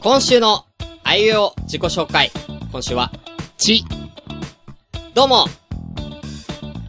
今週の、あゆえお自己紹介。今週は、ち、どうも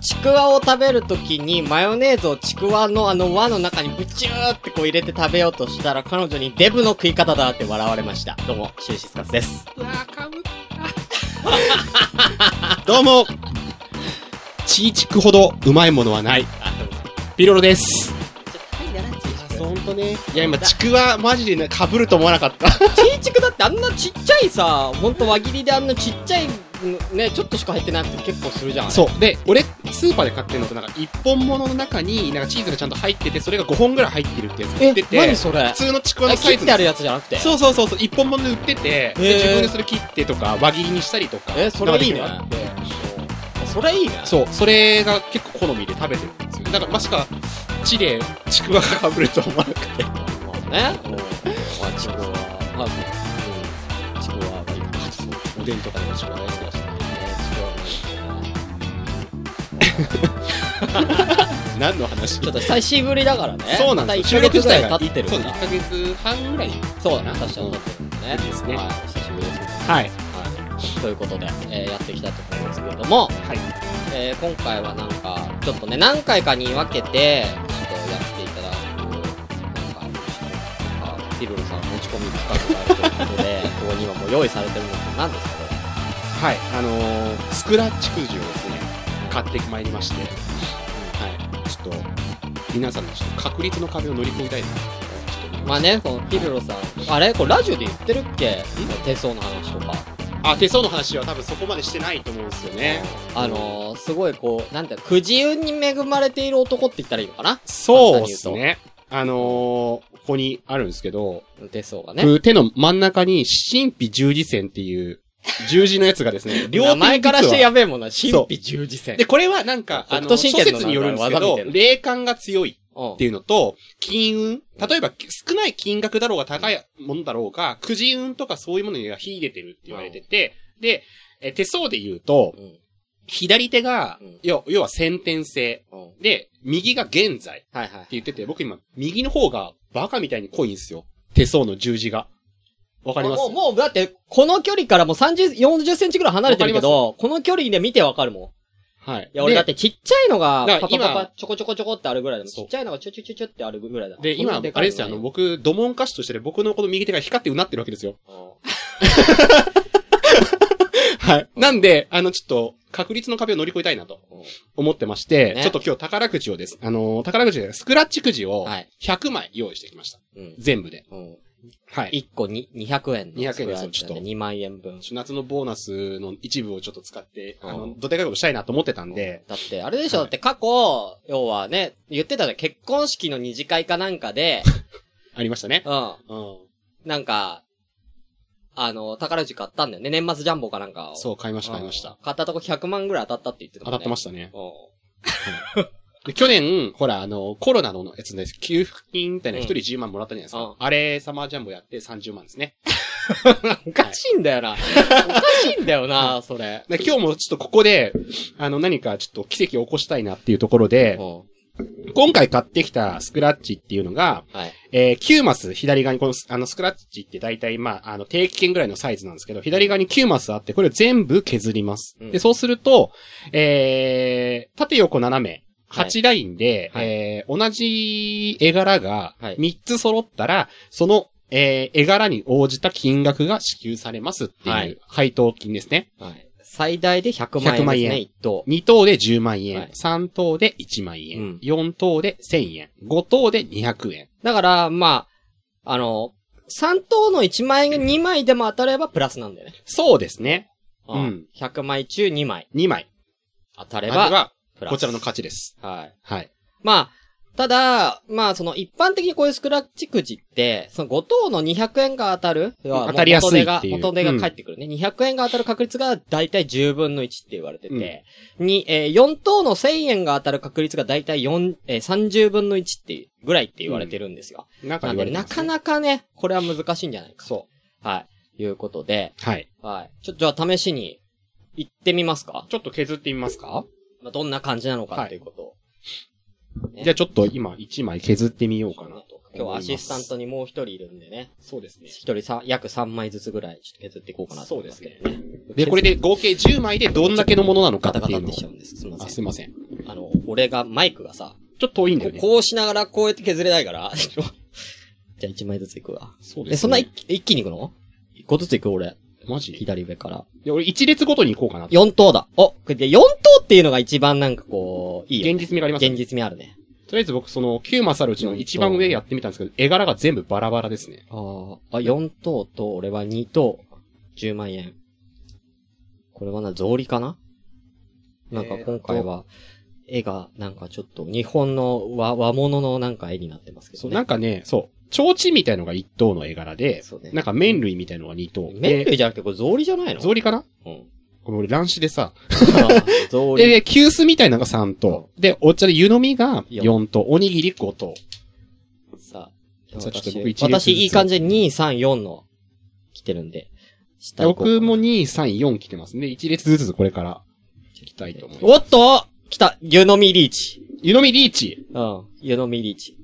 ちくわを食べるときにマヨネーズをちくわのあの輪の中にブチューってこう入れて食べようとしたら彼女にデブの食い方だって笑われました。どうも、シューシスカスです。うわかぶ どうもチーチクほどうまいものはない。あ、どうも。ピロロです。はい、やらんちほんとね。いや、今、ちくわマジでな被ると思わなかった。ちいちくだってあんなちっちゃいさ、ほんと輪切りであんなちっちゃい、ね、ちょっとしか入ってなくて結構するじゃん。う。そう。で、俺、スーパーで買ってるのとなんか、一本物の中に、なんかチーズがちゃんと入ってて、それが5本ぐらい入ってるってやつ売えって、て、何普それ通のちくわのえサ切イっズてあるやつじゃなくて。そうそうそうそう、一本物で売ってて、へーで自分でそれ切ってとか、輪切りにしたりとか。えそれいいねなんかできるようになってそれいいね。そう、それが結構好みで食べてるんですよね。だから、まさか、チでちくわが被るとは思わなくて。ね。まあ、ちくわ。まあ、ちくわはいいかな。そうおでんとかでもちくわ大好きだし。 何の話ちょっと久しぶりだからね。そうなんです1ヶ月ぐらい収録経ってる自体かがら。そう、1ヶ月半ぐらい。そうだね。確かに経ってるんだね。いいですねはい。久しぶりですね。はい。はい。ということで、えーやっていきたいと思いますけれども、はい。えー今回はなんか、ちょっとね、何回かに分けて、ちょっとやっていただく、なんか、あのピルルさん持ち込み企画があるということで、ここに今もう用意されてるのって何ですかこれはい。あのー、スクラッチくじをですね、買ってまいりまして、はい。ちょっと、皆さんのちょっと確率の壁を乗り越えたいなと、ちょっと思いままあね、このピルロさん、あれこれラジオで言ってるっけ手相の話とか。す。あ、手相の話は多分そこまでしてないと思うんですよね。あのー、すごいこう、なんていうのくじ運に恵まれている男って言ったらいいのかなそうですね。あのー、ここにあるんですけど、手相がね。僕手の真ん中に、神秘十字線っていう、十字のやつがです ね、両名手に実は前からしてやべえもんな。神秘十字線。で、これはなんか、北あ斗の、神諸拳の説によるんですけなんか技みどたい、な霊感が強いうんっていうのと、金運、例えば少ない金額だろうが高いものだろうが、くじ運とかそういうものには秀でてるって言われてて、で、え手相で言うとう、ん左手がうん、要要は先天性。うんはいで、右が現在ってはいはい。言ってて、僕今、右の方がバカみたいに濃いんですよ。手相の十字が。わかりますもう、もう、だって、この距離からもう30、40センチぐらい離れてるけど、この距離で見てわかるもはい。ん。いや、俺でだってちっちゃいのが、だパかパら今パパ、ちょこちょこちょこってあるぐらいだもん。ちそうっちゃいのがちょちょちょちょってあるぐらいだもん。で、今、あそんなれでかいですよ、あの、の僕、土門歌手としてね僕のこの右手が光ってうなってるわけですよ。はい。なんで、あの、ちょっと、確率の壁を乗り越えたいなと思ってまして、ねちょっと今日宝くじをです。あのー、宝くじでスクラッチくじをはい100枚用意してきました。うんうん全部で。うん。はい。一個に200円の200円ですそうちょっと2万円分。夏のボーナスの一部をちょっと使って、あうのん、どでかいことしたいなと思ってたんで、だって、あれでしょ、はだいって過去、要はね、言ってたじゃん、結婚式の二次会かなんかで、 ありましたね。うん。うん。なんか、あの、宝くじ買ったんだよね。年末ジャンボかなんかを。そう、買いまうしん。た、買いました。。買ったとこ100万ぐらい当たったって言ってたも当んね。たってまししたね。た。で去年、ほら、あの、コロナのやつです。給付金みたいなうん一人10万もらったじゃないですか。うんあれ、サマージャンボやって30万ですね。おかしいんだよな。おかしいんだよな、そ れ。で今日もちょっとここで、あの、何かちょっと奇跡を起こしたいなっていうところで、う今回買ってきたスクラッチっていうのが、んはい。えー、9マス左側にこの、あの、スクラッチって大体、まあ、あの、定期券ぐらいのサイズなんですけど、左側に9マスあって、これを全部削ります。うんで、そうすると、えー、縦横斜め、はい8ラインで、はいえー、同じ絵柄がはい3つ揃ったら、その、えー、絵柄に応じた金額が支給されますってはいいう配当金ですね。はい。最大で100万円100万ですね、円一等。 2等で10万円、はい3等で1万円、うん4等で1000円、5等で200円。だから、まあ、あの、3等の1万円が2枚でも当たればプラスなんだよね。そうですね。うん100枚中2枚2枚。当たあれればは、プラス。こちらの勝ちです。はい。はい。まあ、ただ、まあ、その一般的にこういうスクラッチくじって、その5等の200円が当たる、要は当たりやすいっていう元手が、元手が返ってくるね。200円が当たる確率がだいたい10分の1って言われてて、に、えー4等の1000円が当たる確率がだいたい4、えー30分の1っていう、ぐらいって言われてるんですよ。なんかなん言で、われなてますかね、なかね、これは難しいんじゃないか。そはい。いうことで、う。はい。はい。ちょっとじゃあ試しに、行ってみますかちょっと削ってみますかまあ、どんな感じなのかはいっていうことを。ねじゃあちょっと今1枚削ってみようかなと。今日アシスタントにもう一人いるんでね。そうですね。一人さ、約3枚ずつぐらい、ちょっと削っていこうかなとそう思いでますけすどねね。。で、これで合計10枚でどんだけのものなのかガってタガいタうってのをしちゃうんです。すいまあ、せすいん。ません。あの、俺が、マイクがさ、ちょっと遠いんこだようね。こうしながらこうやって削れないから。 じゃあ1枚ずついくわ。そうえ、そんな一気一気にいくの ?5 ずついく俺。マジい左上から。や俺一列ごとに行こうかなと。 4等だ。おこれで4等っていうのが一番なんかこう、いいよ。現実味がありますね現実味あるね。とりあえず僕その9マスあるうちの一番上やってみたんですけど、絵柄が全部バラバラですね。ああ、あ、4等と俺は2等、10万円。これはな、草履かななんか今回は、絵がなんかちょっと日本の和和物のなんか絵になってますけそどう、なね。んかね、そう。提灯みたいのが1等の絵柄で、そうねなんか麺類みたいのが2等。麺で類じゃなくてこれ草履じゃないの草履かなうん。これ俺乱視でさ。草履。で、急須みたいなのが3等。で、お茶で湯飲みが4等。おにぎり5等。さあ、さあちょっと私僕一列ずつ私いい感じで2、3、4の来てるんで。で下行こう僕も2、3、4来てますね。1列ずつこれから行きたいと思います。おっと来た湯飲みリーチ。湯飲みリーチうん。湯飲みリーチ。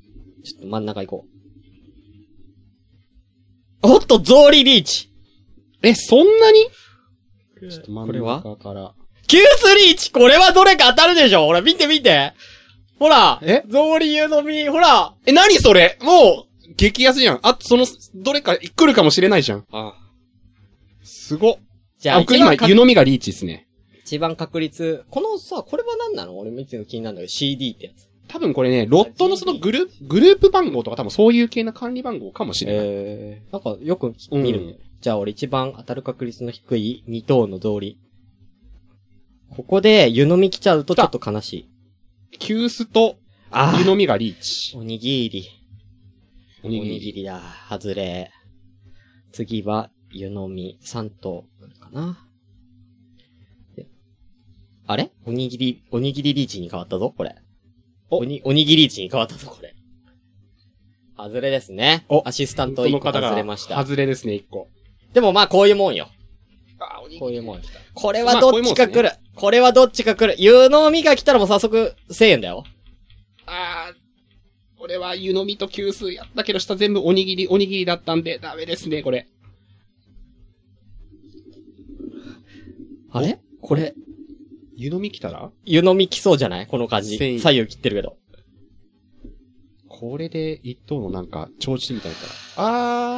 ちょっと真ん中行こう。おっと草履リーチえ、そんなにちょっと真これんは中から。急須リーチこれはどれか当たるでしょほら、見て見てほらえ草履湯飲み、ほらえ、なにそれもう、激安じゃん。あ、その、どれか来るかもしれないじゃん。あすごっ。じゃあ、あ、僕一番今、か湯飲みがリーチですね。一番確率。このさ、これは何なの俺見てるの気になるんだけど、CD ってやつ。多分これね、ロットのそのグループ、グループ番号とか多分そういう系な管理番号かもしれない。えー、なんかよく見る、うんじゃあ俺一番当たる確率の低い二等の通り。ここで湯飲み来ちゃうとちょっと悲しい。急須とあ湯ー飲みがリーチ。おにぎり。おおにぎりだ。外れ。次は湯飲み三等かな。であれおにぎり、おにぎりリーチに変わったぞ、これ。おおに、おにぎりリーチに変わったぞ、これ。外れですね。おアシスタントこの1個方が外れました。外れですね、一個。でもまあこういうもんよ。あ、おにこういうもんよ。来た。これはどっちか来る。これはどっちか来る。有能みが来たらもう早速1000円だよ。あー、俺は湯飲みと急須やったけど、下全部おにぎり、おにぎりだったんで、ダメですね、これ。あれこれ、湯飲み来たら湯飲み来そうじゃないこの感じ。 1000円左右切ってるけど。これで一等のなんか、調子みたいな。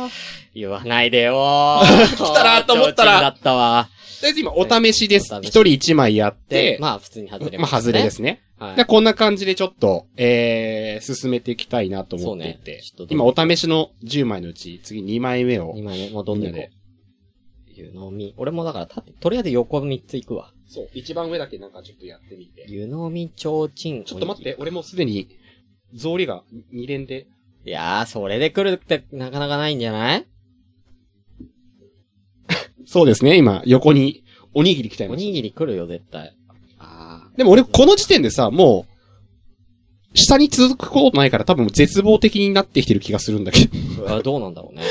あー。言わないでよー。 来たなと思った提ら灯だったわ。とりあえず今、お試しです。お試し一人一枚やっでて、、ままあ普通に外れあ、外れですすね。ね。はでい。こんな感じでちょっと、えー、進めていきたいなと思ってそいうねて、ちょっと今お試しの10枚のうち、次2枚目を2。枚目、もうどんどん行みんこなでう。湯飲み。俺もだから縦、とりあえず横3つ行くわ。そう、一番上だけなんかちょっとやってみて。湯飲み、ちょうちん。ちょっと待って、俺もうすでに、草履が2連で、いやー、それで来るってなかなかないんじゃないそうですね、今、横に、おにぎり来ちゃいおましにた。ぎり来るよ、絶対。あー。でも俺、この時点でさ、もう、下に続くことないから多分絶望的になってきてる気がするんだけ ど。あ、どうなんだろうね。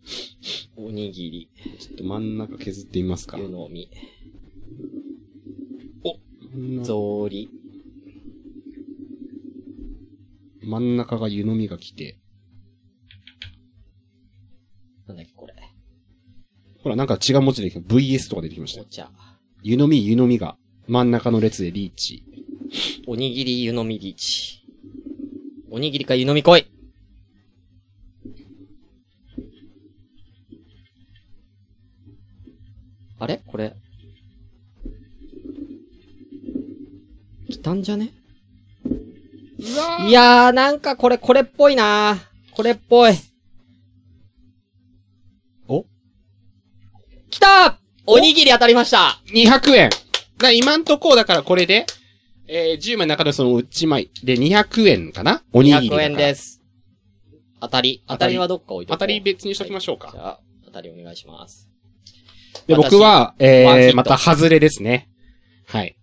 おにぎり、ちょっと真ん中削ってみますか。湯飲み、真ん草中履、真ん中が湯飲みが来て。なんだっけこれ、ほら、なんか違う文字で VS とか出てきましたおよ。茶、湯飲み、湯飲みが、真ん中の列でリーチ。おにぎり湯飲みリーチ。おにぎりか湯飲み来いあれこれ。来たんじゃねうわいやー、なんかこれ、これっぽいなー。これっぽい。お来たおにぎり当たりました200円が今んとこ、だからこれで、えー、10枚の中でそのうち枚で200円かなおにぎりだか !200 ら。円です。当たり。当たりはどっか置いて当たり別にしときまししょうょじか。ゃあ、当たりお願いします。で、私僕は、ワンヒッえー、トまた外れですね。はい。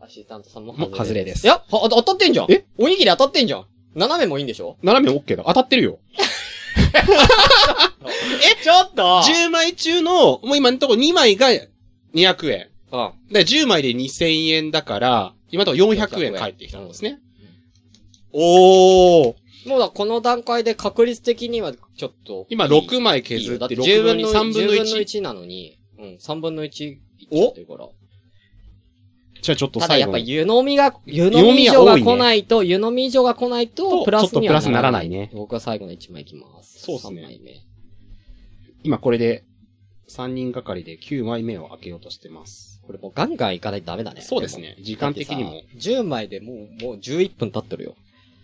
アシスタントさんももう外れですいや、ほ当たってんじゃんえおにぎり当たってんじゃん斜めもいいんでしょ斜め OK だ。当たってるよ。えちょっと10枚中の、もう今のところ2枚が200円。うん。で、10枚で2000円だから、今のところ400円返ってきたんですね。おー。もうだ、この段階で確率的にはちょっと。今6枚削って10 6分分のの1、3 3分分のの1。 1なのに、うん、3分の1いっちゃってるから。じゃあちょっとただ最やっ後ぱに。湯飲みが、湯が多いね飲み以上が来ないと、湯飲み以上が来ないと、とプラスにはちょっとプラスならないね僕は最後の1枚いきます。そうっすね3枚目。今これで3人がかりで9枚目を開けようとしてます。これもうガンガンいかないとダメだね。そうですね。時間的にだっもてさ。10枚でもう、もう11分経ってるよ。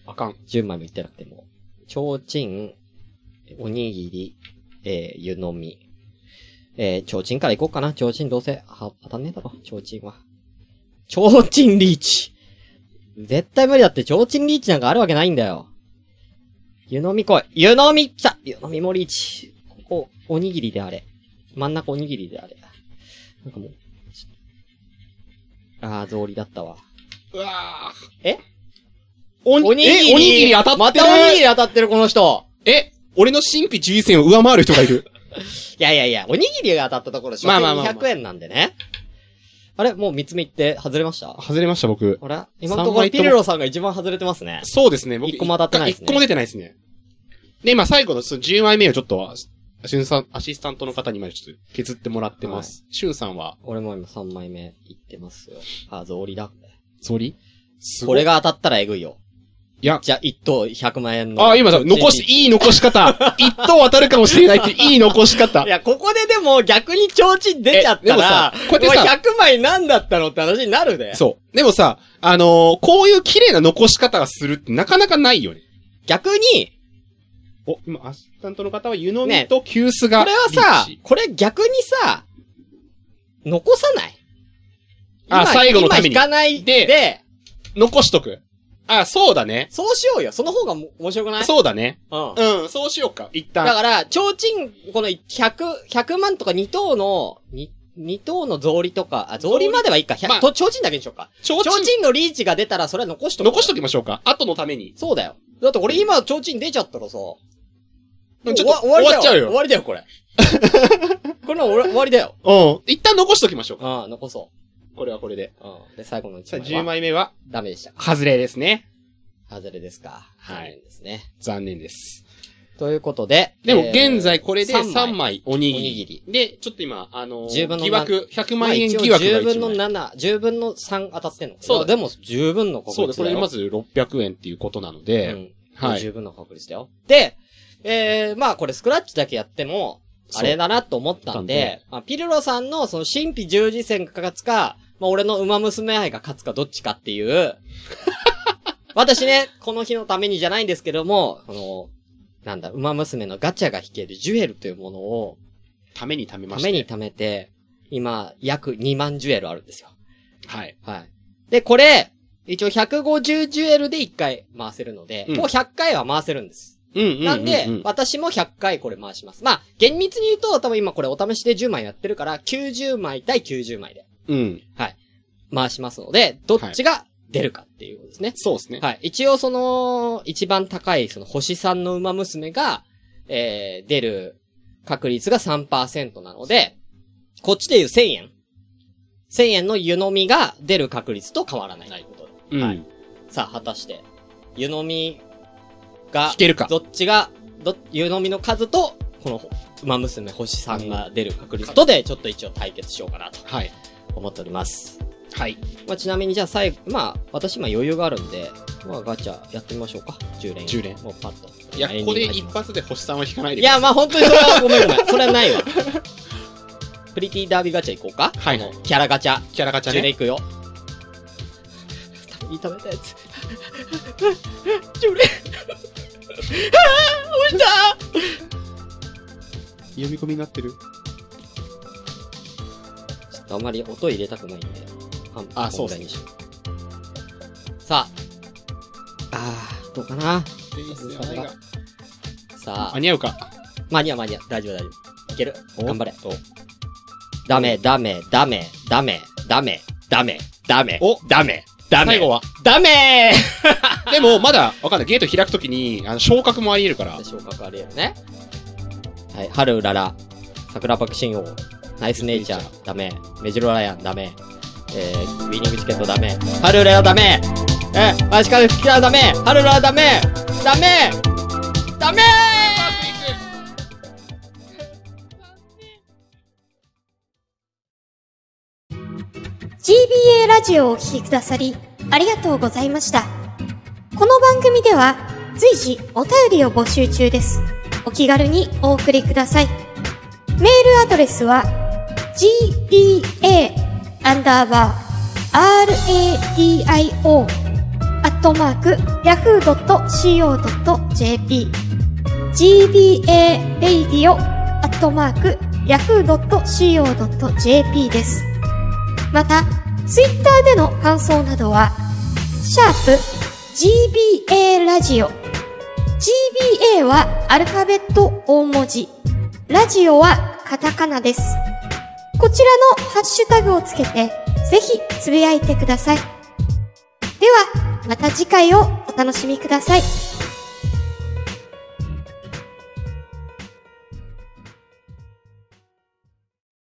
あかん。 10枚もいってなくても。ちょうちん、おにぎり、えー、湯飲み。えー、ちょうちんからいこうかな。ちょうちんどうせ、は、当たんねえだろ、ちょうちんは。ちょうちんリーチ。絶対無理だって、ちょうちんリーチなんかあるわけないんだよ。湯飲み来い。湯飲み来た湯飲みもリーチ。ここ、おにぎりであれ。真ん中おにぎりであれ。なんかもう、あー、草履だったわ。うわおおにぎりえおにぎり当たってるまたおにぎり当たってる、この人。ーえ俺の神秘11選を上回る人がいる。いやいやいや、おにぎりが当たったところ、所詮まあまあまあまあ200円なんでね。あれもう三つ目いって外れました外れました、僕。あれ今のところ三枚とピもルロさんが一番外れてますね。そうですね。僕一個も当たってないですね一個も出てないですね。で、今最後のその10枚目をちょっと、アシスタンアシスタントの方に今ちょっと削ってもらってます。シュンさんは、俺も今3枚目いってますよ。あ、草履だ。ゾリすこごいれが当たったらえぐいよ。いや、じゃあ1等100万円の。あ、今さ、残し、いい残し方。一等当たるかもしれないって、いい残し方い。や、ここででも逆に提灯出ちゃったらえでもさ、こうやってさお前100枚なんだったのって話になるで。そう。でもさ、あのーこういう綺麗な残し方がするってなかなかないよね。逆に、お、今、アシスタントの方は湯飲ねみと急須が、これはさ、これ逆にさ、残さないあ今最後のために今引かないでで残しとく。あ、そうだね。そうしようよ。その方がも面白くないそうだね。う。ん。うん、そうしようか。一だ旦。から、提灯、この100、100万とか2等の、2、二等の草履とか、あ、草履まではいいか。100まあと、提灯だけにしようか。ちょ提灯のリーチが出たら、それは残しとく。残しときましょうか。後のために。そうだよ。だって俺今、提灯出ちゃったらさ、もうちょ終っとわ終わりだ終わっちゃうよ終わりだよ、こ れ。これは俺終わりだよ。うん。一旦残しときましょうか。うん、残そこれはこれで。う。うん。で、最後のさあ、 1 10枚は。枚目は、ダメでした。外れですね。外れですか。はい残念ですね。残念です。ということで。でも、えー現在これで三枚3枚おにぎおにり。ぎり。で、ちょっと今、あのー10分の7疑惑、100万円疑惑が10分1の枚。 7、10分の3当たってんのそうだでも、十分の確率そうです。それでまず、ず600円っていうことなので、うん。はい十分の確率だよ。で、えー、まあこれスクラッチだけやっても、あれだなと思ったんで、まあ、ピルロさんのその神秘十字線が勝つか、まあ俺の馬娘愛が勝つかどっちかって いう。私ね、この日のためにじゃないんですけども、あの、なんだ、馬娘のガチャが引けるジュエルというものを、ために貯めまたしめた。に貯めて、今、約2万ジュエルあるんですよ。はい。はい。で、これ、一応150ジュエルで1回回せるので、うんもう100回は回せるんです。うんうんうん、うん。なんで、私も100回これ回します。まあ、厳密に言うと、多分今これお試しで10枚やってるから、90枚対90枚でうん。回しますので、どっちが出るかっていうことですね。そうですね。はい。一応その、一番高い、その星さんの馬娘が、えー、出る確率が3%なので、こっちで言う1000円。1000円の湯飲みが出る確率と変わらないということでうん。はいさあ、果たして、湯飲みが引、けるか。どっちが、ど、湯飲みの数と、この、馬娘星さんが出る確率とで、ちょっと一応対決しようかなとはい。思っております。はい。まあ、ちなみにじゃあ最後、まあ、私今余裕があるんで、まあ、ガチャやってみましょうか。10連。 10連もうパッと。いや、ここで一発。発で星さんは引かないでいくださや、まあ本当にそれはごめんごめん。それはないわ。プリティダービーガチャ行こうか。はいあのキャラガチャ。キャラガチャ10連ね。行くよ。痛めたやつ。10連。あー、落ちた読み込みになってる。ちょっとあんまり音入れたくないんで。半あそうっ半分ぐすねらいにしようさあ。あー、どうかな。さあ間。に合うか。間に合う間に合う。大丈夫大丈夫。いける。お頑張れ。ダメ、ダメ、ダメ、ダメ、ダメ、ダメ、ダメ、おダメ、ダメ。最後は。ダメでも、まだ、わかんない。ゲート開くときに、あの、昇格もあり得るから。昇格ありえるね。はい、春うらら、桜爆心王、ナイスネイチャー、ダメ、メジロライアン、ダメ、えー、ウィニングチケットダメ、春うららダメ、え、マジカルキラーダメハルラーダメダメダメー GBA ラジオをお聴きくださり、ありがとうございました。この番組では、随時お便りを募集中です。お気軽にお送りください。メールアドレスは、gba, アンダーバー、radio, アットマーク、yahoo.co.jp gba-radio アットマーク yahoo.co.jp です。また、ツイッターでの感想などは、シャープ gba ラジオ gba はアルファベット大文字。ラジオはカタカナです。こちらのハッシュタグをつけて、ぜひつぶやいてください。では、また次回をお楽しみください。